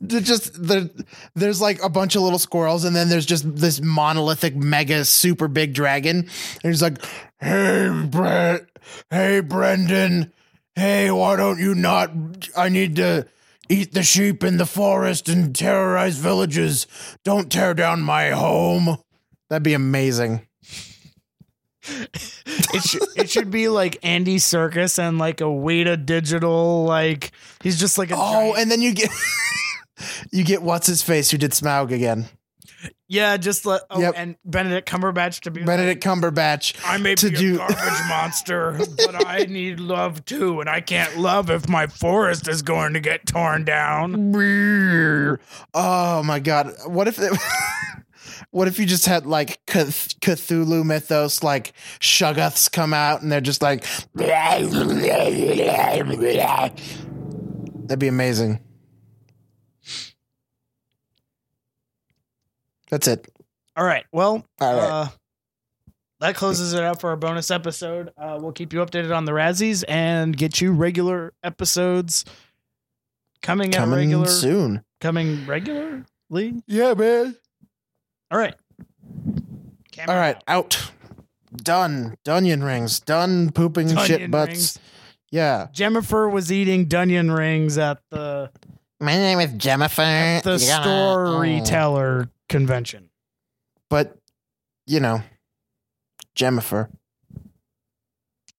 There just there, there's like a bunch of little squirrels, and then there's just this monolithic, mega, super big dragon, and he's like, "Hey, Brett, hey, Brendan, hey, why don't you not? I need to." Eat the sheep in the forest and terrorize villages. Don't tear down my home. That'd be amazing.
it, should, it should be like Andy Circus and like a Weta Digital. Like he's just like a
Oh,
giant-
and then you get you get what's his face who did Smaug again,
yeah, just like oh,
Yep.
and Benedict Cumberbatch to be
Benedict Cumberbatch.
Like, I may
to
be
do-
a garbage monster, but I need love too, and I can't love if my forest is going to get torn down.
Oh my god! What if it, what if you just had like Cth- Cthulhu mythos, like Shuggoths come out and they're just like that'd be amazing. That's it.
All right, well,
All right.
Uh, that closes it up for our bonus episode. Uh, we'll keep you updated on the Razzies and get you regular episodes coming, out
Coming
regular,
soon.
coming regularly.
Yeah, man.
All right. Camera
All right,
out.
out. Done. Dunyan rings. Done pooping
Dunyan
shit butts.
rings.
Yeah.
Jennifer was eating Dunyan rings at the
My name is Jennifer.
at the
Yeah.
store
Mm.
retailer convention.
but you know, Jennifer.